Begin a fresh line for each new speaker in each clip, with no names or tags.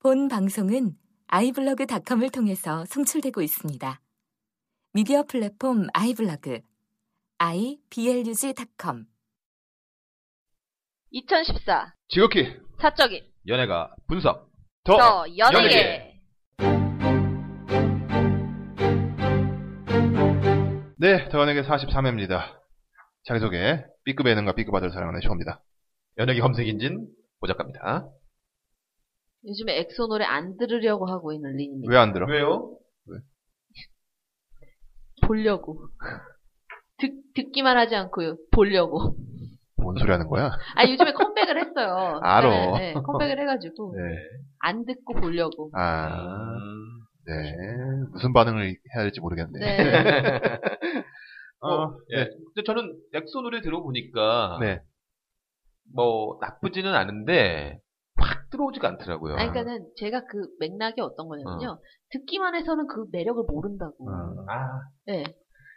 본 방송은 아이블로그닷컴을 통해서 송출되고 있습니다. 미디어 플랫폼 아이블로그 iblog.com
2014
지극히
사적인
연예가 분석
더 연예계
연예계. 네, 더 연예계 43회입니다. 자기소개 B급 예능과 B급 아들 사랑하는 쇼입니다. 연예계 검색인진 오작가입니다.
요즘에 엑소 노래 안 들으려고 하고 있는 린입니다.
왜 안 들어?
왜요?
보려고 듣, 듣기만 하지 않고 보려고
뭔 소리 하는 거야?
아 요즘에 컴백을 했어요.
알어.
네, 컴백을 해가지고
네.
안 듣고 보려고
아, 네. 무슨 반응을 해야 될지 모르겠네.
네.
어,
어, 예. 근데 저는 엑소 노래 들어보니까
네.
뭐 나쁘지는 않은데 확 들어오지가 않더라고요.
아니, 그러니까는 제가 그 맥락이 어떤 거냐면요. 듣기만 해서는 그 매력을 모른다고.
어,
아,
네.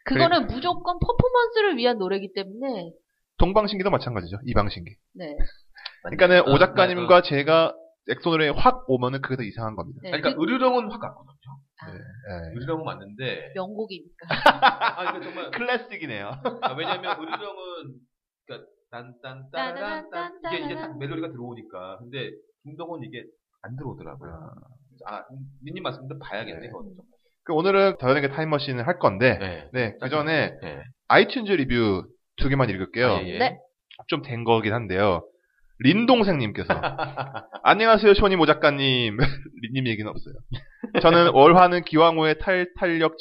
그거는 무조건 퍼포먼스를 위한 노래이기 때문에
동방신기도 마찬가지죠. 이방신기.
네.
그러니까는
어,
오 작가님과 제가 엑소 노래에 확 오면은 그게 더 이상한 겁니다.
네.
아, 그러니까 의류령은 확 갔거든요.
예.
의류령은 맞는데
명곡이니까.
아, 이거 정말
클래식이네요.
아, 왜냐면 의류령은 그러니까 딴딴따라란 이게 이제 딱 멜로디가 들어오니까 근데 김동원 이게 안 들어오더라고요. 그래서 아, 민님 말씀대로 봐야겠네
네.
이거.
그 오늘은 더 연예계 타임머신을 할 건데
네.
네, 그 전에
네.
아이튠즈 리뷰 두 개만 읽을게요.
아, 예, 예.
네.
좀 된 거긴 한데요. 린 동생님께서 안녕하세요 쇼니 모 작가님 린님 얘기는 없어요. 저는 월화는 기왕호의 탈탄력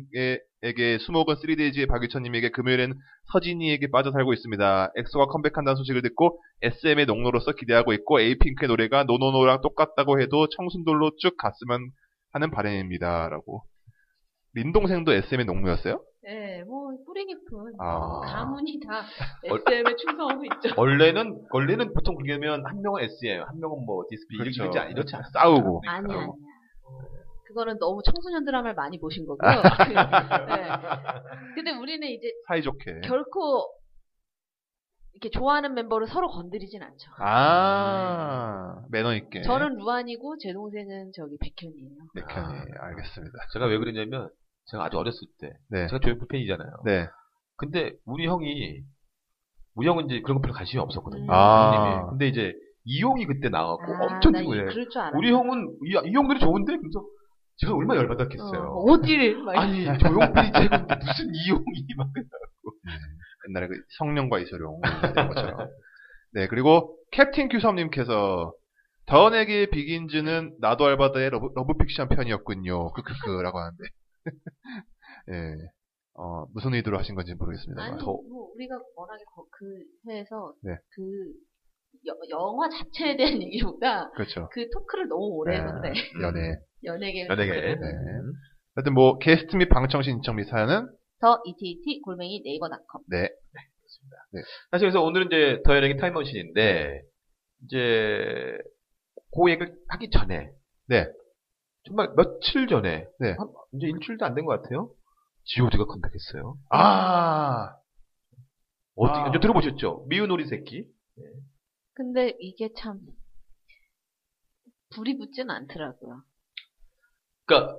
진이한님에게 수목은 3데이지의 박유천님에게 금요일엔 서진이에게 빠져 살고 있습니다. 엑소가 컴백한다는 소식을 듣고 SM의 농로로서 기대하고 있고 에이핑크의 노래가 노노노랑 똑같다고 해도 청순돌로 쭉 갔으면 하는 바람입니다라고. 린 동생도 SM의 농로였어요?
네, 뭐 뿌리 깊은
아.
가문이 다
얼-
SM에 충성하고 있죠.
원래는 원래는 보통 그게 하면 한 명은 S예요, 한 명은 뭐 디스플레이
그렇죠.
이렇게 이렇지 않아
싸우고.
아니
그러니까.
아니야. 그거는 너무 청소년 드라마를 많이 보신 거고요.
아.
네. 근데 우리는 이제
사이좋게.
네.
결코 이렇게 좋아하는 멤버를 서로 건드리진 않죠.
아, 매너
네.
있게.
저는 루안이고 제 동생은 저기 백현이에요.
네, 편이. 알겠습니다.
제가 왜 그랬냐면 제가 아주 어렸을 때
네.
제가 조연부 팬이잖아요.
네.
근데 우리 형이 우리 형은 이제 그런 거 별로 관심이 없었거든요.
음.
아.
형님이. 근데 이제 이용이 그때 나왔고
아,
어, 엄청
나 이-
좋아해.
그럴 줄 알아.
우리 형은 이, 이 형들이 좋은데 그래서 제가 얼마나 열받았겠어요.
어, 어딜 막
아니 조용필이 제가 무슨 이용이 막
옛날에 그 성령과 이소룡. 이런 것처럼. 네, 그리고 캡틴 규섭님께서 더원에게 비긴즈는 나도 알바다의 러브, 러브픽션 편이었군요. 크크크라고 하는데. 예. 어, 무슨 의도로 하신 건지 모르겠습니다만.
아니
더-
뭐 우리가 워낙에 거- 그 회에서
네.
그 여- 영화 자체에 대한 얘기보다
그렇죠. 아,
그 토크를 너무 오래 했는데
연애.
연예계
네. 연예계.
네. 하여튼 뭐, 게스트 및 방청 신청 및 사연은
더 ETT 골뱅이 네이버닷컴
사실 그래서 오늘은 이제 더 연예계 타임머신인데 이제 그 얘기를 하기 전에
네.
정말 며칠 전에
네.
한 이제 일주일도 안 된 것 같아요. 지오디가 컴백했어요.
아!
어떻게
아.
이제 들어보셨죠? 미운 오리 새끼.
근데 이게 참 불이 붙진 않더라고요
그러니까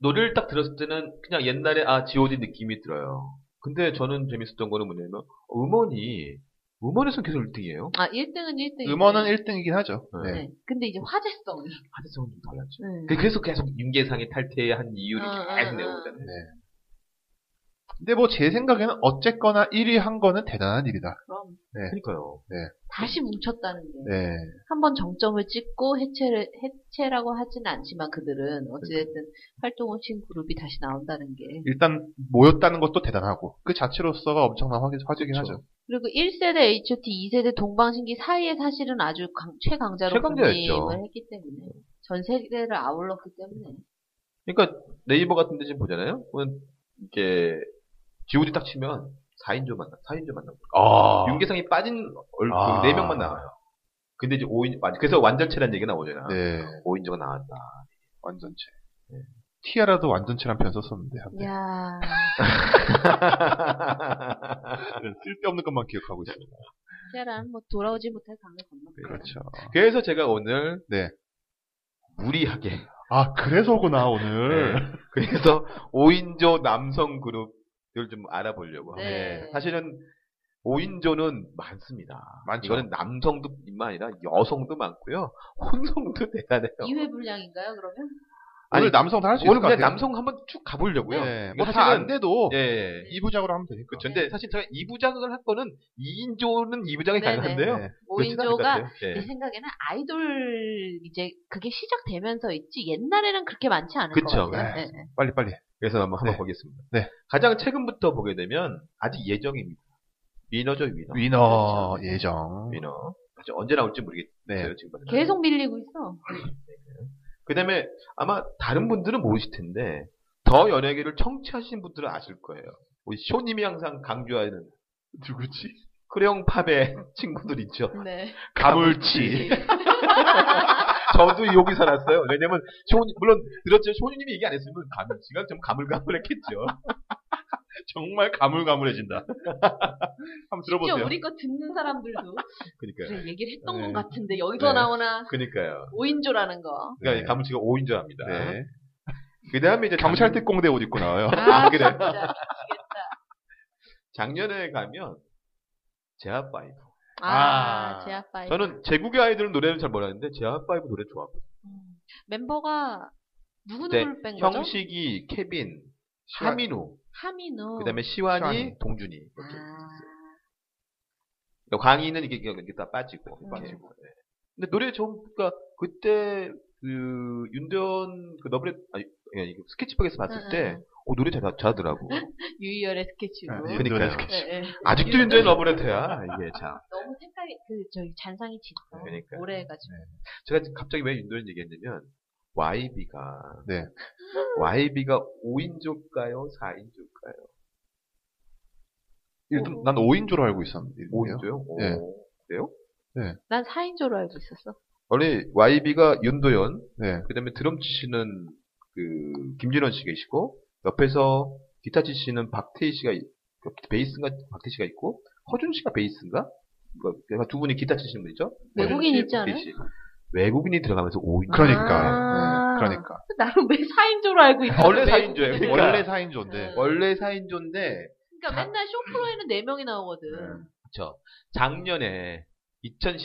노래를 딱 들었을 때는 그냥 옛날에 아 지오디 느낌이 들어요. 근데 저는 재밌었던 거는 뭐냐면 음원이 음원에서 계속 1등이에요.
아 1등은 1등
음원은 1등이긴 하죠.
네.
네. 근데 이제 화제성이
화제성은 좀 달랐죠.
네.
그- 그래서 계속 윤계상이 탈퇴한 이유를
아, 아,
계속
아.
내고 있잖아요.
근데 뭐 제 생각에는 어쨌거나 1위 한 거는 대단한 일이다.
그럼
그러니까요.
다시 뭉쳤다는 게
네.
한 번 정점을 찍고 해체를 해체라고 하진 않지만 그들은
네.
어찌됐든 활동을 친 그룹이 다시 나온다는 게
일단 모였다는 것도 대단하고 그 자체로서가 엄청난 화제, 화제긴
그렇죠.
하죠.
그리고 1세대 HOT, 2세대 동방신기 사이에 사실은 아주 강- 최강자로
최강자였죠.
군림을 했기 때문에 전 세대를 아울렀기 때문에
그러니까 네이버 같은 데 지금 보잖아요. 그건 이렇게 지오디 딱 치면 4인조 만나, 4인조 만나.
아.
윤계상이 빠진 얼굴 그
아.
4명만 나와요. 근데 이제 5인, 맞아. 그래서 완전체라는 얘기가 나오잖아.
네.
5인조가 나왔다.
완전체.
네.
티아라도 완전체란 표현 썼었는데 한때.
야
쓸데없는 것만 기억하고 있습니다.
티아라는 뭐 돌아오지 못할 강을 건너
네.
그렇죠.
그래서 제가 오늘
네.
무리하게.
아, 그래서구나,
네.
오늘.
그래서 5인조 남성 그룹을 좀 알아보려고 합니다.
네.
사실은 5인조는 많습니다.
많죠.
이거는 남성도뿐만 아니라 여성도 많고요. 혼성도 대단해요.
2회 분량인가요, 그러면?
오늘
아니,
남성도 할 수 있을
오늘
것
그냥
같아요.
남성 한번 쭉 가보려고요.
네,
이거
뭐다 안
사실은-
돼도
예, 예.
이부작으로 하면 되니까. 네.
그렇죠. 근데 사실 제가 2부작을 한 거는 2인조는
네네.
2부작이 가능한데요.
네.
그렇진 않을
5인조가
것
네.
같아요. 예.
제 생각에는 아이돌 이제 그게 시작되면서 있지 옛날에는 그렇게 많지 않을
그쵸.
것 같아요.
네.
네, 네.
빨리 빨리.
그래서 한번
네.
한번 보겠습니다.
네.
가장 최근부터 보게 되면 아직 예정입니다. 위너죠 위너.
위너 예정.
위너. 사실 언제 나올지 모르겠어요
네.
지금.
계속 밀리고 있어.
그다음에 아마 다른 분들은 모르실 텐데 더 연예계를 청취하신 분들은 아실 거예요. 우리 쇼님이 항상 강조하는
누구지?
크레용 팝의 친구들 있죠.
네.
아,
가물치.
저도 여기 살았어요. 왜냐면 쇼 물론 들었죠. 쇼님이 얘기 안 했으면 가물치가 좀 가물가물했겠죠.
정말 가물가물해진다. 한번
진짜
들어보세요.
우리 거 듣는 사람들도
그러니까요.
그래 얘기를 했던
네.
건 같은데 여기서
네.
나오나
그러니까요.
5인조라는 거.
그러니까
네.
가물치가 5인 줄 압니다.
네.
그다음에 이제
경찰
때
특공대 옷 입고 나와요. 네.
아,
그래.
진짜.
작년에 가면 제아파이브.
아,
아.
제 아빠.
저는 제국의 아이들 노래는 잘 몰랐는데 제아파이브 노래 좋아합니다.
음. 멤버가 누구
네,
누구를 뺀 거죠?
형식이 케빈,
시완.
하민우,
하민우.
그다음에 시완이,
시완이.
동준이 이렇게.
어. 아.
그러니까 광희는 이게 이렇게, 이렇게 다 빠지고. 이렇게.
빠지고.
네. 근데 노래 좀 그러니까 그때 그 윤대원 그 너블의 아니 아니, 이거 스케치북에서 봤을
응,
때
응.
어, 노래 잘 잘하더라고.
유희열의 스케치북.
네,
그러니까요.
노래 스케치.
네, 네.
아직도 윤대원 러브레터야 이게 참.
너무 색깔이 그 저기 잔상이 짙어.
그러니까요.
오래해가지고.
제가 지금 갑자기 왜 윤도현 얘기했냐면 YB가
네.
YB가 5인조일까요? 4인조일까요?
일단 난 5인조로 알고 있었는데.
5인조요? 예.
네.
그래요?
난 4인조로 알고 있었어.
원래 YB가 윤도현
네.
그다음에 드럼 치시는 그 김진원 씨가 계시고 옆에서 기타 치시는 박태희 씨가 있- 그 베이스인가 박태희 씨가 있고 허준 씨가 베이스인가? 그러니까 두 분이 기타 치시는 분이죠.
외국인
허준 씨,
있지 않아요?
박태희 씨. 외국인이 들어가면서 5인조.
그러니까.
아.
네, 그러니까.
나는 왜 4인조로 알고 있었어?
원래 4인조예요. 그러니까.
원래 4인조인데.
네.
원래 4인조인데
그러니까 맨날 쇼프로에는 4명이 나오거든.
그렇죠. 작년에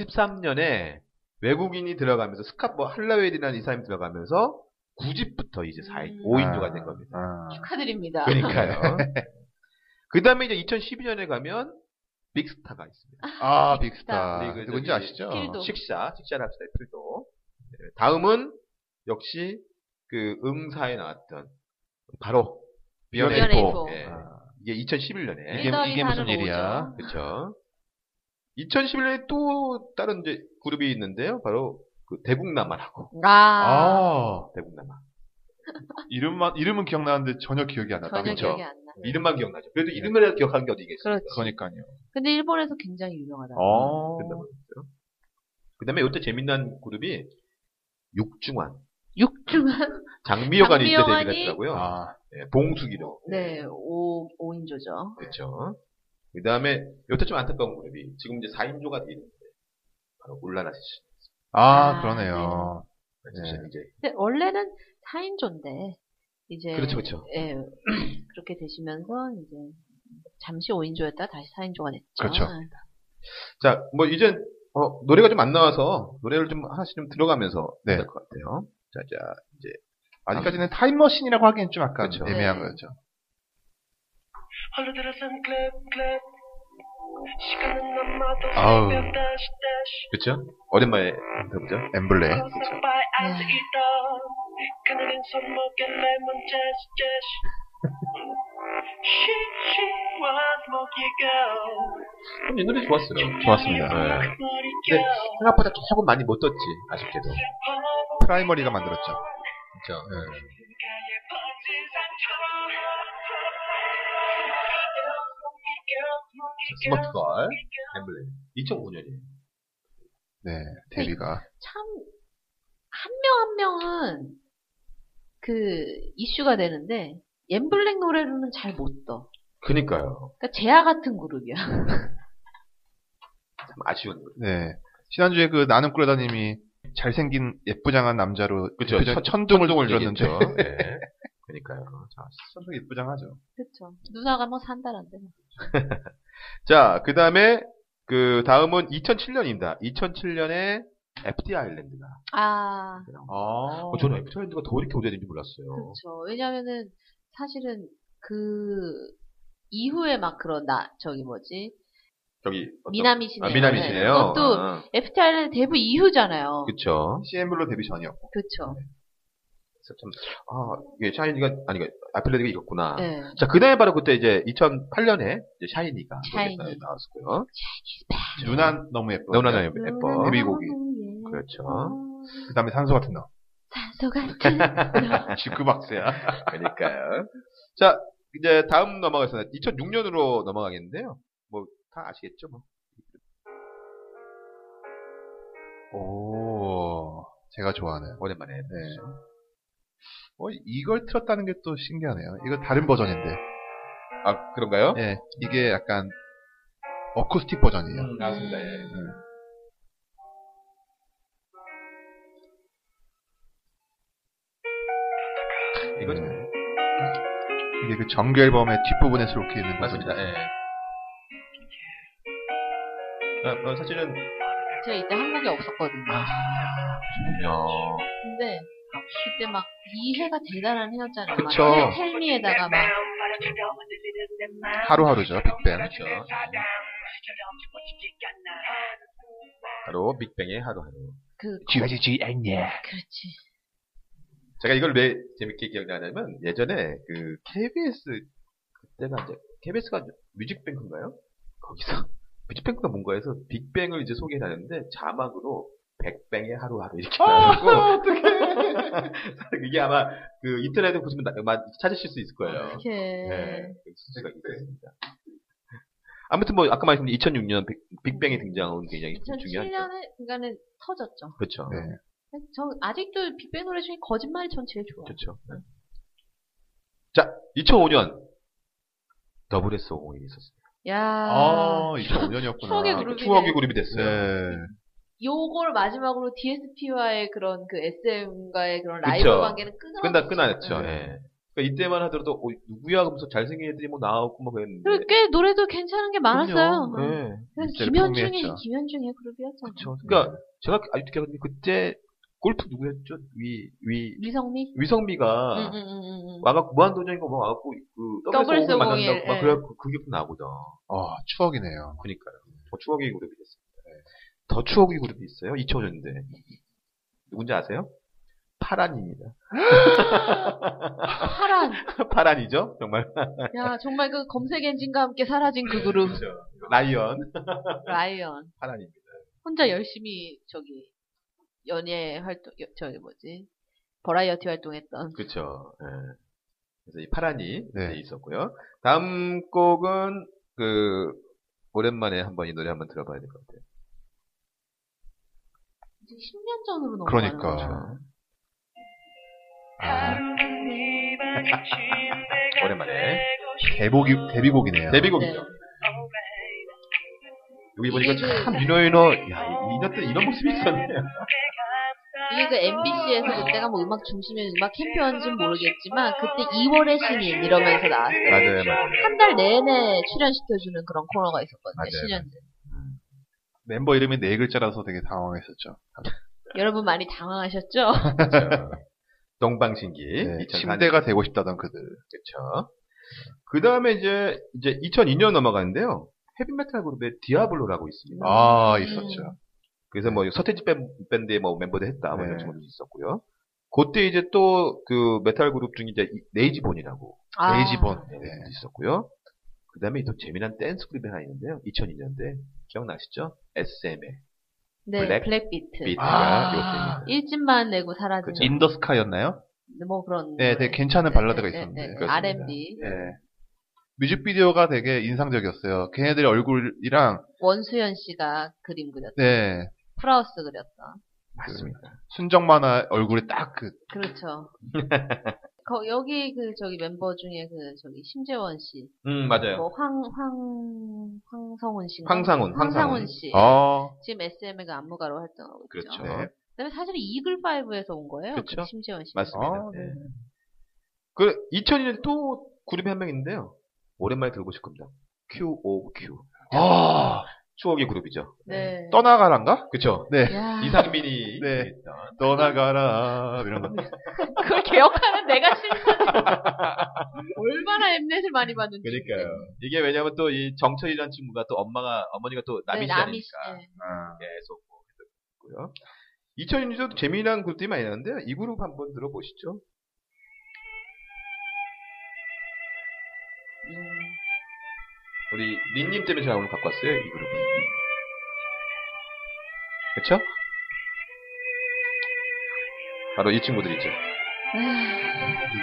2013년에 외국인이 들어가면서 스캇 뭐 할라웨이라는 이 사람이 들어가면서 9집부터 이제 4
음.
5인조가 된
아,
겁니다.
아.
축하드립니다.
그러니까요. 그다음에 이제 2012년에 가면 빅스타가 있습니다.
아, 빅스타.
그리고
누군지
저기
아시죠?
필도.
식샤, 식샤랍스의 필도. 네, 다음은 역시 그 응사에 나왔던 바로
미연의
미연의
포. 예.
포.
예,
아.
이게 2011년에
이게-
일더리
이게 무슨
사는
일이야?
오죠.
그렇죠. 2011년에 또 다른 이제 그룹이 있는데요. 바로 그 대국남아라고.
아,
아.
대국남아.
이름만 이름은 기억나는데 전혀 기억이 안 났다.
전혀
그렇죠.
기억이 안 나.
이름만 기억나죠. 그래도 이름을 기억하는 게 어디 있겠어요?
그렇지.
그러니까요.
근데 일본에서 굉장히 유명하다.
어.
된다고 했죠. 그다음에 요때 재밌는 그룹이 육중환,
육중한
장미여관이 이때
장미여관이-
데뷔했더라고요.
아,
봉숙이로.
네, 오 5인조죠.
그렇죠. 그다음에 요때 좀 안타까운 그룹이 지금 이제 4인조가 돼 있는데 바로 울라라 씨.
아,
아,
그러네요. 네.
이제
근데 원래는 4인조인데 이제
그렇죠, 그렇죠.
예, 그렇게 되시면서 이제 잠시 5인조였다 다시 4인조가 됐죠.
그렇죠.
자, 뭐 이제 어, 노래가 좀 안 나와서 노래를 좀 하나씩 좀 들어가면서
네.
될 것 같아요. 자, 자, 이제
아직까지는 타임머신이라고 하기엔 좀 약간
그렇죠.
애매한
네.
거였죠.
All the and clap, clap. 시간은 남아도
아우.
새벽 다시 다시
그렇죠? 오랜만에 들어보죠.
엠블레.
항상 발 앉아 있던 그늘은 손목에 내 다시 다시 She, she was my girl
음, 이 노래 좋았어요.
좋았습니다.
네.
머리
근데
girl
생각보다 조금 많이 못 떴지 아쉽게도.
슬퍼하고
프라이머리가 만들었죠.
그렇죠.
가에 번진 상처럼 목이 girl, 목이 girl,
스마트걸
목이 girl.
엠블렘 2005년이에요.
네, 데뷔가.
참한 명 한 명은 그 이슈가 되는데 엠블랙 노래로는 잘 못 떠.
그니까요.
그러니까 제아 같은 그룹이야.
참 아쉬운 거죠.
네. 지난주에 그 나는 꾸레다님이 잘생긴 예쁘장한 남자로
그쵸.
대표적-
천-
천둥을
얘기했죠.
들었는데
예. 그러니까요. 자,
천둥 예쁘장하죠.
그쵸. 누나가 뭐 산다는데. 뭐.
자, 그 다음에, 그 다음은 2007년입니다. 2007년에 FT 아일랜드가.
아,
어, 저는 FT 아일랜드가 더 이렇게 오래된지 몰랐어요.
그쵸. 왜냐면은, 사실은 그, 이후에 막 그런 나, 저기 뭐지?
저기. 어떤-
미나미시네요.
아, 미나미시네요.
네, 그것도
아,
FT 아일랜드 데뷔 이후잖아요.
그쵸.
CM블로 데뷔 전이었고.
그쵸.
그래서 참, 아, 이게 샤이니가, 아니, 그 아일랜드가 이겼구나.
네.
자, 그 다음에 바로 그때 이제 2008년에 샤이니가
샤이니. 네.
나왔었고요.
누나 너무 예뻐.
음. 너무나 예뻐.
데뷔곡이.
그 그렇죠.
그다음에 산소 같은 너.
산소 같은 너.
19박스야.
그러니까요. 자, 이제 다음 넘어가서 2006년으로 넘어가겠는데요. 뭐 다 아시겠죠, 뭐.
오, 제가 좋아하는.
오랜만에.
네.
죠
어, 이걸 틀었다는 게 또 신기하네요. 이거 다른 버전인데.
아, 그런가요?
네,
예, 이게 약간 어쿠스틱 버전이에요.
알겠습니다. 예.
음, 이거 죠
네. 이게 그 정규 앨범의 뒷부분에 수록해 있는
맞습니다.
부분이죠.
예. 아, 어, 사실은
제가 이때 한국에 없었거든요.
어,
근데 그때 막 이해가 대단한 해였잖아요.
그쵸.
막 텔미에다가 막
하루하루죠, 빅뱅.
그렇죠. 바로 빅뱅의 하루하루.
그,
지워지지 않냐.
그렇지.
제가 이걸 왜 재밌게 기억나냐면 예전에 그 KBS 그때가 이제 KBS가 뮤직뱅크인가요? 거기서 뮤직뱅크가 뭔가 해서 빅뱅을 이제 소개를 하는데 자막으로 백뱅의 하루하루 이렇게
아,
나오고 이게 아마 그 인터넷에 보시면 나- 아마 찾으실 수 있을 거예요.
이렇게. 네.
네. 수제가 있습니다. 아무튼 뭐 아까 말씀드린 2006년 빅뱅의 등장은 굉장히 중요하죠.
2007년에 그러니까는 터졌죠.
그렇죠.
네.
저 아직도 빅뱅 노래 중에 거짓말이 전 제일 좋아요.
그렇죠. 자, 2005년 더블 S 오공이 있었습니다.
야,
아, 2005년이었구나.
추억의 그룹이
추억의
네.
그룹이 됐어요.
네.
요걸 마지막으로 DSP와의 그런 그 SM과의 그런
그쵸.
라이브 관계는 끊어.
끝나 끝나냈죠.
네.
예. 그러니까 이때만 하더라도 어, 누구야 하면서 잘생긴 애들이 뭐 나왔고 막 그랬는데.
그리고 꽤 노래도 괜찮은 게 많았어요.
그럼요.
네.
예.
그래서
일제를
김현중이
풍미했죠.
김현중의 그룹이었잖아요.
그렇죠. 그러니까 제가 아직도 기억하는데 그때 골프 누구였죠? 위 위
위성미.
위성미가
응, 응, 응, 응, 응.
아. 와갖고 무한도전인가 뭐 와갖고 그
더블
더블 S 오공
소공일,
만난다고 막
예.
그래갖고 그게 나오거든.
아, 추억이네요.
그니까요. 더 추억의 그룹이 됐습니다. 예. 더 추억의 그룹이 있어요. 2000년대. 누군지 아세요? 파란입니다.
파란.
파란이죠? 정말.
야, 정말 그 검색 엔진과 함께 사라진 그 그룹.
라이언.
라이언.
파란입니다.
혼자 열심히 저기 연예 활동 여- 저기 뭐지? 버라이어티 활동했던
그쵸. 예. 그래서 이 파란이
네.
이제 있었고요. 다음 곡은 그, 오랜만에 한번 이 노래 한번 들어봐야 될 것 같아요.
이제 10년 전으로 넘어가는
그러니까.
거죠.
아,
오랜만에.
개복이, 데뷔곡이네요.
데뷔곡이죠. 여기 보니까 참 민호인호, 야, 이- 이년 때 이런 모습이 있었네요.
이게 그 MBC에서 그때가 뭐 음악 중심의 음악 캠페인지는 모르겠지만 그때 2월의 신인 이러면서 나왔어요.
맞아요, 맞아요.
한 달 내내 출연시켜주는 그런 코너가
맞아요,
있었거든요. 신년
멤버 이름이 네 글자라서 되게 당황했었죠.
여러분 많이 당황하셨죠?
그쵸. 동방신기.
네,
2004 년.
침대가 되고 싶다던 그들.
그렇죠. 그 다음에 이제 이제 2002년 넘어가는데요. 헤비메탈 그룹의 디아블로라고 있습니다.
아,
음.
있었죠.
그래서 뭐 서태지 밴- 밴드의 뭐 멤버도 했다 뭐 이런
네.
친구도 있었고요. 그때 이제 또 그 메탈 그룹 중에 이제 이- 레이지본이라고
아,
레이지본.
네.
네.
있었고요. 그 다음에 또 재미난 댄스 그룹이 하나 있는데요. 2002년대 기억나시죠? SM의
네,
블랙
블랙비트.
비트가
아.
요 때입니다.
1집만 내고 사라진
그쵸.
인더스카였나요?
뭐 그런
네, 되게 괜찮은 발라드가 있었는데.
그렇습니다.
네,
네.
R&B
예. 뮤직비디오가 되게 인상적이었어요. 걔네들의 얼굴이랑,
원수연 씨가 그림 그렸던
네,
프라우스 그렸던
맞습니다.
순정 만화 얼굴에 딱 그,
그렇죠. 거, 여기 그 저기 멤버 중에 그 저기 심재원 씨, 뭐
음
뭐.
맞아요.
뭐황황 황성훈 씨,
황상훈,
황상훈
황상훈. 어.
씨
아,
지금 SM의 그 안무가로 활동하고 있죠.
그렇죠.
네.
그다음에 사실 이글 5에서 온 거예요.
그쵸.
그 심재원 씨.
맞습니다.
아,
예. 그 2001년 또 그룹이 한 명 있는데요. 오랜만에 들어보실 겁니다. QOQ.
아,
추억의 그룹이죠.
네.
떠나가란가?
그쵸?
네.
야,
이상민이
네.
있던.
떠나가라 이런 거.
그걸 개혁하는 내가 싫거든. 얼마나 엠넷을 많이 봤는지.
그러니까요. 이게 왜냐면 또 이 정철이라는 친구가 또 엄마가, 어머니가 또
네,
남이시니까.
남이 씨.
아,
계속 뭐 했었고요. 2000년도 재미난 그룹들이 많이 나는데 이 그룹 한번 들어보시죠.
네. 음.
우리 린님 때문에 제가 오늘 갖고 왔어요 이 그룹. 그렇죠? 바로 이 친구들이죠.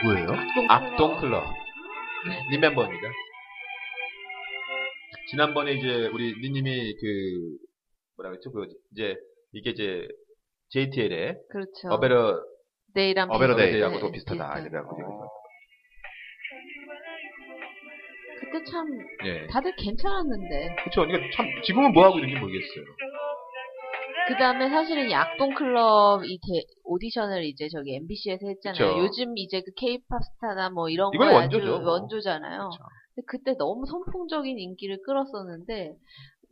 누구예요?
음.
악동 클럽. 린멤버입니다. 지난번에 이제 우리 린님이 그 뭐라 그랬죠? 그 이제 이게 이제 JTL의
그렇죠.
어베러
데이랑
어베러 데이.
데이하고도
네,
비슷하다.
비슷해요.
이래가지고 그래서
어.
그때 참
예.
다들 괜찮았는데
그쵸. 그러니까 참, 지금은 뭐 하고 있는지 모르겠어요.
그 다음에 사실은 약동 클럽 이 대- 오디션을 이제 저기 MBC에서 했잖아요.
그쵸.
요즘 이제 그 K-팝 스타나 뭐 이런
이건
거에
원조죠,
아주
뭐.
원조잖아요.
그쵸.
근데 그때 너무 선풍적인 인기를 끌었었는데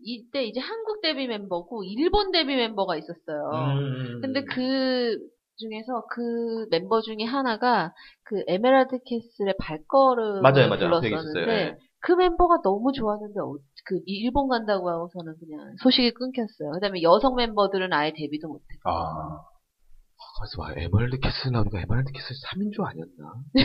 이때 이제 한국 데뷔 멤버고 일본 데뷔 멤버가 있었어요.
음.
음,
근데 그 중에서 그 멤버 중에 하나가 그 에메랄드 캐슬의 발걸음을
맞아요, 맞아요. 되게 있었어요.
불렀었는데
예.
그 멤버가 너무 좋았는데 어- 그 일본 간다고 하고서는 그냥 소식이 끊겼어요. 그다음에 여성 멤버들은 아예 데뷔도 못했고
아,
그래서 와, 에메랄드 캐슬 나오니까 에메랄드 캐슬 3인조 아니었나? 우리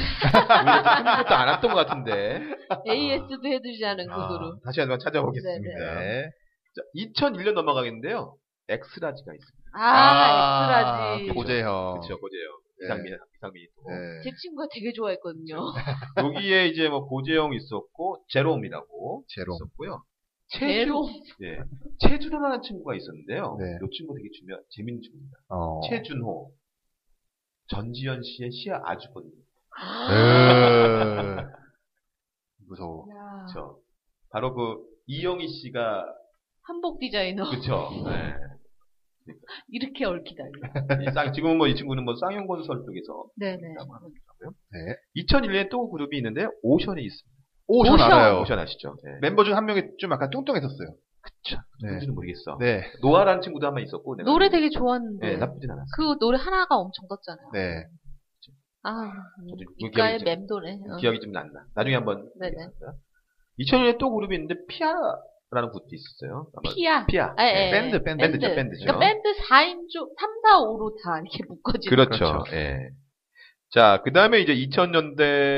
그것도 안 왔던 것 같은데.
AS도 해주지 않은
아.
그 그룹.
다시 한번 찾아보겠습니다.
네.
자, 2001년 넘어가겠는데요. 엑스라지가 있습니다.
아,
아,
엑스라지.
고재형.
그쵸, 고재영.
네.
이상민, 이상민이 또.
네.
제 친구가 되게 좋아했거든요.
여기에 이제 뭐 고재영 있었고, 제롬이라고.
제롬.
있었고요.
제롬.
예. 최준호라는 친구가 있었는데요.
네.
이 친구 되게 중요, 재밌는 친구입니다.
어.
최준호. 전지현 씨의 시아 아주버님.
에. 무서워.
야,
그쵸. 바로 그, 이영희 씨가,
한복 디자이너
그쵸. 네.
이렇게 얽히다니.
이 쌍, 지금은 뭐 이 친구는 뭐 쌍용건설 쪽에서.
네네.
있다고 하더라고요.
네.
2001년에 또 그룹이 있는데, 오션이 있습니다.
오션, 알아요.
오션 아시죠? 네.
멤버 중 한 명이 좀 약간 뚱뚱했었어요.
그쵸.
네.
누군지는 모르겠어.
네.
노아라는 친구도 한 명 있었고. 내가
노래
지금-
되게 좋았는데
네, 나쁘진 않았어.
그 노래 하나가 엄청 떴잖아요.
네.
아,
저도 그
입가에
기억이 좀-
맴도네. 어.
기억이 좀 난다. 나중에 한번.
네네.
2001년에 또 그룹이 있는데, 피아라는 그룹도 있었어요. 아마
피아.
피아. 네,
아, 예, 예.
밴드, 밴드, 밴드죠, 밴드죠.
그러니까 밴드 4인조, 3, 4, 5로 다 이렇게 묶어지는.
그렇죠. 예. 자, 그 다음에 이제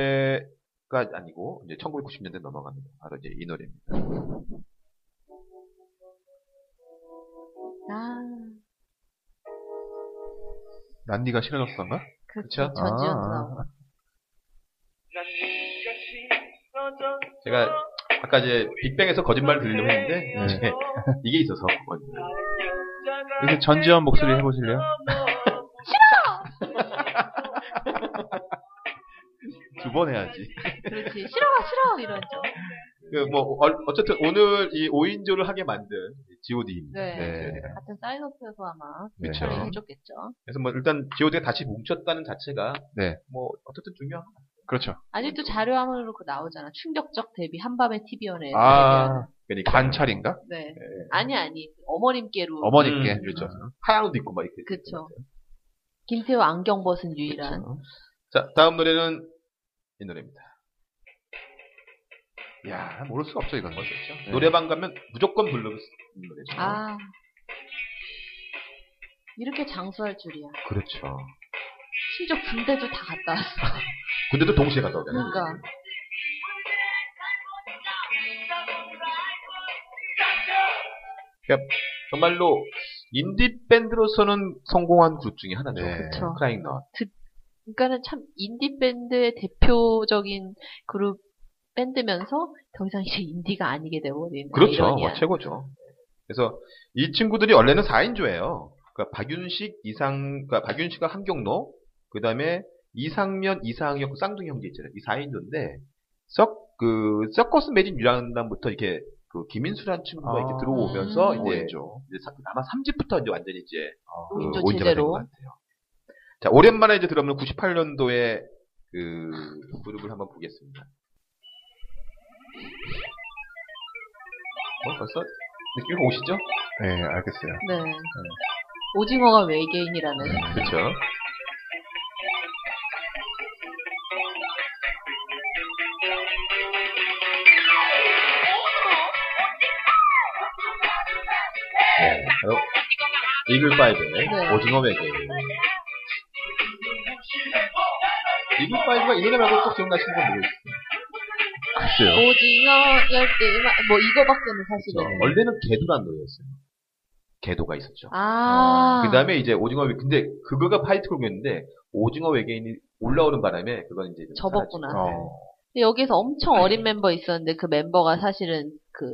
2000년대가 아니고, 이제 1990년대 넘어갑니다. 바로 이제 이 노래입니다.
아,
난 네가 싫어졌었나?
그렇죠.
그쵸?
전지현
아.
나오고.
제가 아까 이제 빅뱅에서 거짓말 들리려고 했는데,
네.
이제 이게 있어서.
여기서 전지현 목소리 해보실래요? 두 번 해야지.
그렇지. 싫어, 싫어! 이런 죠
그 뭐,
네.
어, 쨌든 오늘 이 5인조를 하게 만든 GOD입니다.
네.
네. 그렇죠.
같은 사이드업에서 아마
그쵸.
처리 해줬겠죠.
그래서 뭐, 일단 GOD가 다시 뭉쳤다는 자체가,
네.
뭐, 어쨌든 중요한 것 같아요.
그렇죠.
아직도 자료화면으로 그 나오잖아. 충격적 데뷔 한밤의 TV연애.
아,
그러니까.
관찰인가?
네.
네.
아니, 아니. 어머님께로.
어머- 어머니께.
그렇죠. 하얀 옷도 입고 막 이렇게.
그쵸. 김태호 안경 벗은 유일한.
그렇죠. 자, 다음 노래는 이 노래입니다.
야, 모를 수가 없죠, 이건.
네. 노래방 가면 무조건 불러볼 수 있는 노래죠.
아. 이렇게 장수할 줄이야.
그렇죠.
심지어 군대도 다 갔다 왔어.
군대도 동시에 갔다 오잖아요.
그러니까.
정말로 인디 밴드로서는 성공한 그룹 중에 하나죠.
네.
그쵸.
크라잉 넛.
그러니까는 참 인디 밴드의 대표적인 그룹 밴드면서 더 이상 이제 인디가 아니게 되버린
그렇죠.
아이러니한.
뭐 최고죠. 그래서 이 친구들이 원래는 4인조예요. 그러니까 박윤식, 이상, 그러니까 박윤식과 한경로, 그 다음에 이상면, 이상혁, 그 쌍둥이 형제 있잖아요. 이 4인조인데, 썩, 그, 서커스 매진 유랑단부터 이렇게 그 김인수라는 친구가
아.
이렇게 들어오면서
음.
이제,
오해죠.
이제 사- 아마 3집부터 이제 완전히 이제 그
인조
오인조가 된것
체제로.
같아요. 자 오랜만에 이제 들어보는 98년도의 그 그룹을 한번 보겠습니다. 어 벌써 느낌이 오시죠?
네, 알겠어요.
네. 오징어가 외계인이라는.
그렇죠. 네, 바로 이글파이브의
네.
오징어 외계. 이글파이브가 이 노래 말고 또 기억나시는 건 모르겠어요.
글쎄요.
오징어 열대마 뭐 이거밖에는 사실은.
그렇죠. 원래는 개도란 노래였어요. 개도가 있었죠.
아.
그 다음에 이제 오징어 외계, 근데 그거가 파이트곡이었는데, 오징어 외계인이 올라오는 바람에, 그건 이제. 좀
접었구나.
사라지고.
어.
근데 여기서 엄청
네.
어린 멤버 있었는데 그 멤버가 사실은 그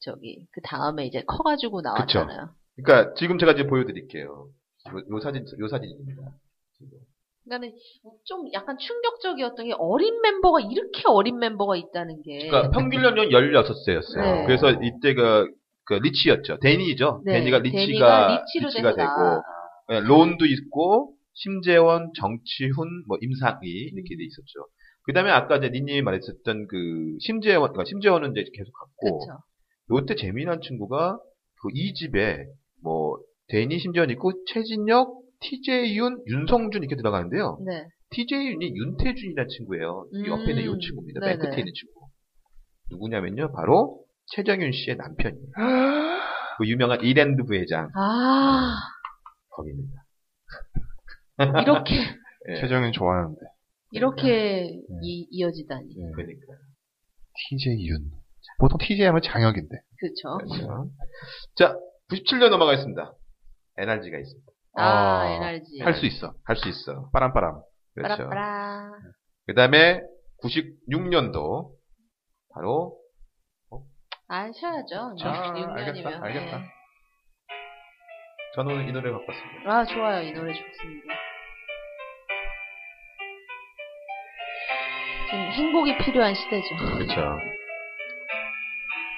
저기 그 다음에 이제 커가지고 나왔잖아요.
그러니까 지금 제가 이제 보여드릴게요. 요, 요 사진, 요 사진입니다. 지금.
그러니까는 좀 약간 충격적이었던 게 어린 멤버가 이렇게 어린 멤버가 있다는 게.
그러니까 평균 연령 16세였어요.
네.
그래서 이때가 그 리치였죠. 데니죠.
네,
데니가
데니가
리치가,
리치로
리치가
된다.
되고, 예, 론도 있고, 심재원, 정치훈, 뭐 임상희 이렇게 돼 있었죠. 그 다음에 아까 이제 니님이 말했었던 그 심재원, 그러니까 심재원은 이제 계속 갔고,
그렇죠.
요때 재미난 친구가 그 이 집에 뭐 데니 심재원 있고 최진혁, TJ윤, 윤성준 이렇게 들어가는데요.
네.
TJ윤이 윤태준이라는 친구예요. 이 옆에 있는 이
음,
친구입니다.
네네.
맨 끝에 있는 친구. 누구냐면요. 바로 최정윤 씨의 남편이에요. 그 유명한 이랜드 부회장
아
범입니다.
이렇게
예.
최정윤 좋아하는데. 네.
이렇게 이, 어지다니
그러니까.
TJ 윤. 보통 TJ 하면 장혁인데.
그렇죠.
네.
그렇죠. 자, 97년 넘어가겠습니다. NRG가 있습니다.
아,
아,
NRG.
할 수 있어.
할 수 있어.
빠람빠람.
그렇죠.
빠라빠라.
그 다음에 96년도 바로
아셔야죠. 뭐,
자,
6년이면. 네.
알겠다, 알겠다.
저는 이 노래를 바꿨습니다.
아 좋아요 이 노래 좋습니다. 지금 행복이 필요한 시대죠.
그렇죠.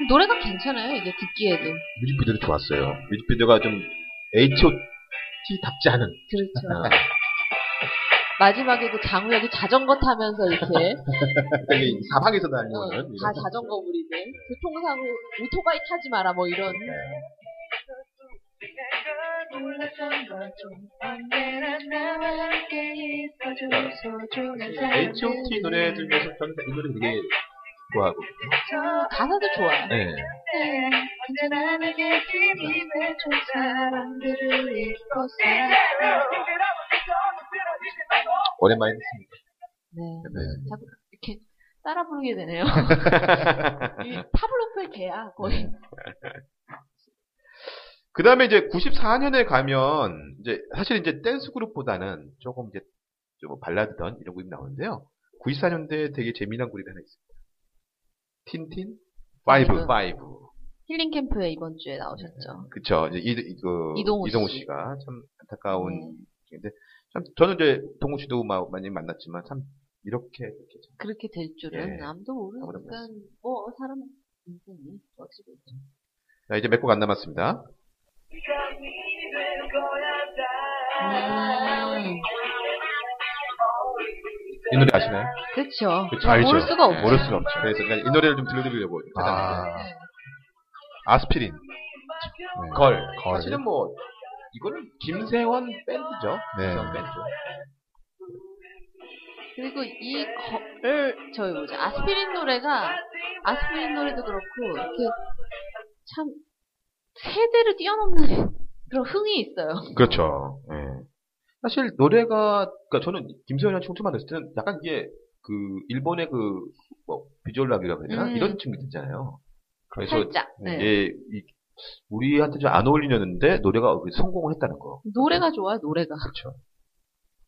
노래가 괜찮아요 이게 듣기에도.
뮤직비디오도 좋았어요. 뮤직비디오가 좀 H.O.T.답지 않은
그렇죠.
네.
아,
마지막에 그 장우혁이 자전거 타면서 이렇게
그러니까 이 사방에서
어,
다니는
다 자전거
네.
부리는 교통사고 오토바이 타지 마라 뭐 이런
H.O.T. 노래들 중에서 저는 이 노래 되게 좋아하고
가사도 좋아요.
네.
언제나 내게 힘이 되준 사람들을 잊고
네.
살아
오랜만에 듣습니다.
네.
네.
자꾸 이렇게 따라 부르게 되네요. 이 파블로프의 개야 거의.
네.
그 다음에 이제 94년에 가면 이제 사실 이제 댄스 그룹보다는 조금 이제 좀 발라드던 이런 그룹이 나오는데요. 94년대에 되게 재미난 그룹이 하나 있습니다. 틴틴
파이브.
파이브.
힐링 캠프에 이번 주에
네.
나오셨죠.
그쵸. 이제 이, 이, 그,
이동호
이동호
씨.
씨가 참 안타까운
네.
근데 참 저는 이제 동우 씨도 마- 많이 만났지만 참 이렇게 이렇게 참
그렇게 될 줄은
네.
예.
아무도
아무도
모르니까 뭐 사람 인생이 어찌고
자, 이제 몇 곡 안 남았습니다.
음.
음.
이 노래 아시나요? 어,
그렇죠.
그쵸,
모를
알죠.
수가 없죠.
모를 수가 없죠.
그래서 그냥 이 노래를 좀 들려드리려고 찾아봤어요.
아. 아스피린. 네.
걸.
걸.
사실은 뭐 이거는 김세원 밴드죠.
네.
김세원 밴드.
그리고 이 거를 저희 뭐죠? 아스피린 노래가 아스피린 노래도 그렇고 이렇게 참 세대를 뛰어넘는 그런 흥이 있어요.
그렇죠. 예. 사실 노래가 그러니까 저는 김세현이랑 친구 처음 만났을 때는 약간 이게 그 일본의 그뭐 비주얼 락이라고 해야 되나
음.
이런 친구 있잖아요. 그래서
살짝. 네.
예, 이- 우리한테 좀 안 어울리는데 노래가 성공을 했다는 거.
노래가 좋아요. 노래가.
그렇죠.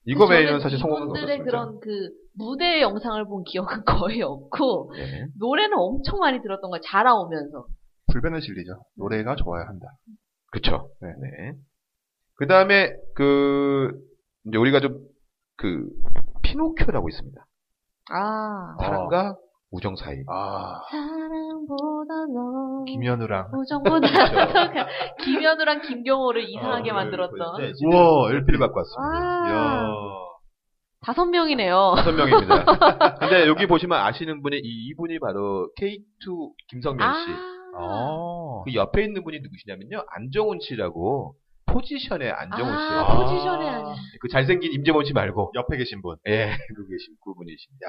이거
저는
외에는 사실 성공은
이분들의
없었습니다.
네. 그런 그 무대 영상을 본 기억은 거의 없고
예.
노래는 엄청 많이 들었던 거예요. 자라오면서.
불변의 진리죠. 노래가 좋아야 한다.
그쵸. 네. 그 다음에, 그, 이제 우리가 좀, 그, 피노키오라고 있습니다.
아.
아.
사랑과 우정 사이.
아,
사랑보다 너
김현우랑.
우정보다
그렇죠.
더- 김현우랑 김경호를 이상하게
네.
아,
만들었던
보여주는데 진짜
우와, LP를
LP를
막.
갖고 왔습니다.
이야.
아 다섯 명이네요.
다섯 명입니다. 근데 여기 보시면 아시는 분이 이, 이분이 바로 K2 김성면 씨.
아,
아.
그 옆에 있는 분이 누구시냐면요. 안정훈 씨라고 포지션의 안정훈 씨.
아, 포지션에 아주
그 잘생긴 임재범 씨 말고.
옆에 계신 분.
예, 그계신 그분이십니다.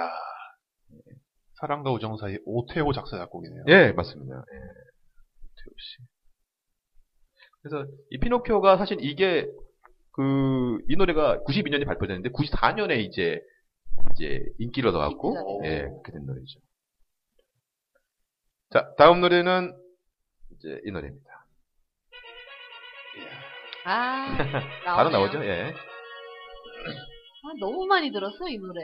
사랑과 우정 사이 오태호 작사 작곡이네요.
예, 맞습니다. 예. 오태호 씨. 그래서 이 피노키오가 사실 이게 그 이 노래가 92년에 발표됐는데 94년에 이제 이제 인기를 얻어갖고
히트가
예,
됐죠.
그렇게 된 노래죠.
자, 다음 노래는
이제 이 노래입니다.
아,
바로
나오네요.
나오죠. 예.
아, 너무 많이 들었어 이 노래.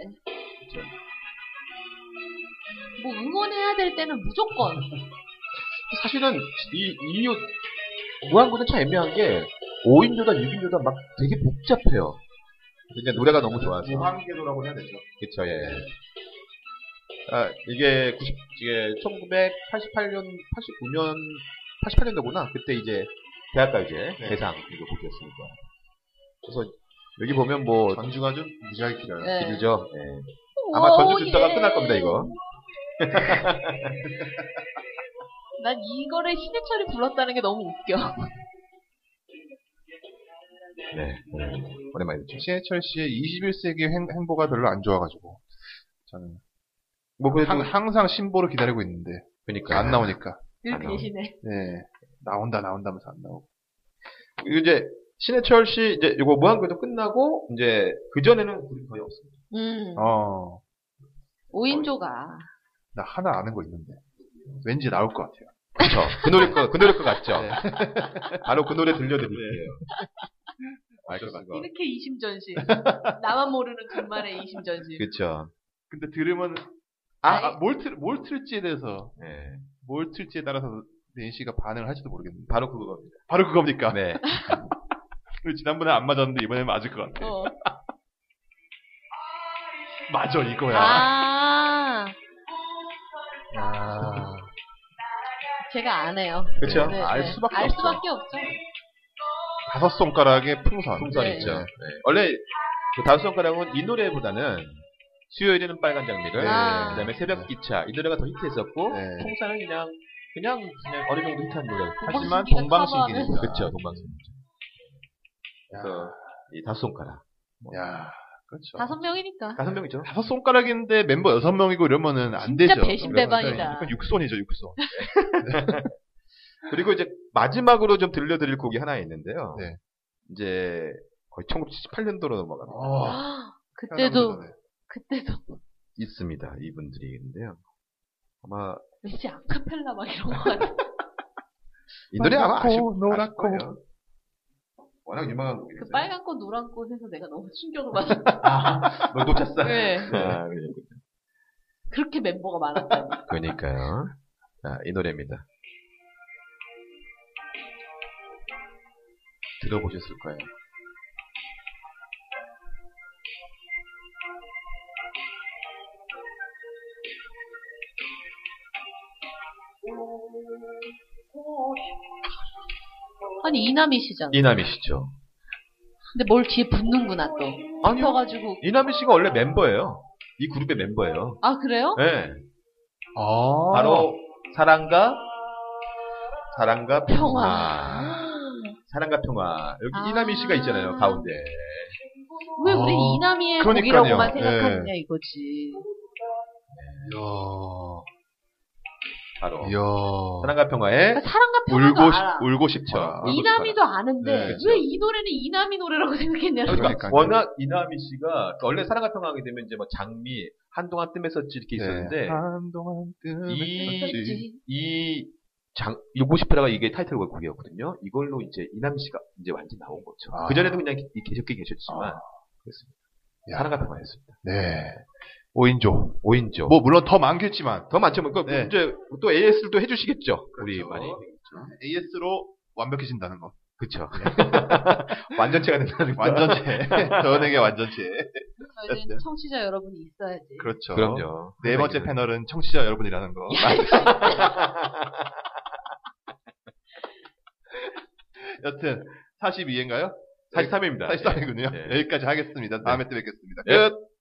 뭐 응원해야 될 때는 무조건.
사실은 이이 무한구는 참 애매한 게 5인조다 6인조다 막 되게 복잡해요. 근데 노래가 너무 좋아서.
무한궤도라고 해야 되죠.
그쵸, 예. 아, 이게 90, 이게 1988년, 89년, 88년도구나. 그때 이제 대학가요제
네.
대상 이거 곡이었으니까. 그래서 여기 보면 뭐
전주가 좀 무지하게 길어요.
네.
길죠. 예. 아마 전주
예.
듣다가 끝날 겁니다 이거.
난 이거를 신해철이 불렀다는 게 너무 웃겨.
네. 음, 오랜만에 듣죠.
신해철 씨의 21세기 의 행, 보가 별로 안 좋아가지고 저는
뭐 그래도
항, 항상 신보를 기다리고 있는데
그러니까
안 나오니까
늘
안 나오네.
대신에.
네 나온다 나온다면서 안 나오고
이거 이제 신해철 씨 이제 이거 무한궤도 끝나고 이제 그 전에는 우리 거의 없습니다.
음.
아,
어,
오인조가.
나 하나 아는 거 있는데 왠지 나올 것 같아요
그렇죠. 그 노래 거, 그 노래 거 같죠.
네.
바로 그 노래 들려드릴게요.
네.
알것 같고.
이렇게 이심전심. 나만 모르는 군만의 이심전심.
그렇죠.
근데 들으면
아이.
아뭘 틀, 뭘 틀지에 대해서
예.
뭘 틀지에 따라서 낸씨가 반응을 할지도 모르겠는데
바로 그겁니다.
바로 그겁니까
네.
그리고 지난번에 안 맞았는데 이번에는 맞을 것
그,
같아
어.
맞아
그,
이거야
아,
아.
제가 안 해요.
그렇죠.
네,
알
네.
수밖에
알
없죠.
수밖에 없죠.
다섯 손가락의 풍선
풍선
네.
있죠. 네. 원래 그 다섯 손가락은 이 노래보다는 수요일에는 빨간 장미를
아.
그다음에 새벽 기차 이 노래가 더 히트했었고
네.
풍선은 그냥 그냥 그냥 어느 정도 히트한 노래.
하지만
동방신기가
동방신기니까
그렇죠. 동방신기죠. 그래서 이 다섯 손가락.
야 그렇죠
다섯 명이니까.
다섯 명이죠.
다섯 손가락인데 멤버 여섯 명이고 이러면은 안
진짜
되죠.
배신대박이다.
그래서 약간 육손이죠, 육손.
네. 그리고 이제 마지막으로 좀 들려드릴 곡이 하나 있는데요.
네.
이제 거의 1978년도로 넘어갑니다.
아, 그때도, 그때도
있습니다. 이분들이 있는데요. 아마
왠지 아카펠라 막 이런 거 같아.
이 노래 아마 아실
노랗고, 노랗고.
아실 거예요. 워낙 유명한 곡이에요.
그 빨간 꽃, 노란 꽃에서 내가 너무 충격을 받았어.
뭐 놓쳤어.
네.
아,
그렇게 멤버가 많았다니.
그러니까요. 자, 이 노래입니다. 들어보셨을 거예요.
아니, 이남이시잖아.
이남희 씨죠.
근데 뭘 뒤에 붙는구나, 또.
아니요.
붙어가지고.
이남희 씨가 원래 멤버예요. 이 그룹의 멤버예요.
아, 그래요?
네.
아.
어.
바로 사랑과 사랑과 평화.
평화.
사랑과 평화. 여기
아.
이남희 씨가 있잖아요. 가운데.
왜 우린
아,
이남이의
그러니까요.
곡이라고만
네.
생각하느냐, 이거지.
이야.
바로
이야.
사랑과 평화의
그러니까 사랑과 평화도
울고,
알아.
싶, 울고 싶어.
울고
이남이도 아는데
네, 그렇죠.
왜 이 노래는 이남이 노래라고 생각했냐는 거야.
그러니까
그러니까요.
워낙 이나미 씨가 그러니까 원래 사랑과 평화하게 되면 이제 뭐 장미 한동안 뜸했었지 이렇게 있었는데
네. 한동안 음, 뜸했었지.
그렇지.
이장 60회라가 이게 타이틀곡이었거든요. 이걸로 이제 이남 씨가 이제 완전 나온 거죠.
아.
그 전에도 그냥 이- 계셨긴 계셨지만 그렇습니다.
야.
사랑과 평화였습니다.
네. 5인조.
5인조.
뭐, 물론 더 많겠지만,
더 많죠. 그
네.
이제 또 AS를 또 해주시겠죠. 우리
그렇죠.
많이
AS로 완벽해진다는 거. 네.
그쵸 완전체가 된다는 거.
완전체. 저은에게 완전체.
저희는
어쨌든.
청취자 여러분이 있어야지.
그렇죠.
그럼요.
네 번째
항상
패널은 청취자 여러분이라는 거. 여튼 42회인가요? 네,
이렇게. 43회입니다.
43회군요.
네.
여기까지 하겠습니다. 다음에 또 뵙겠습니다.
네.
끝!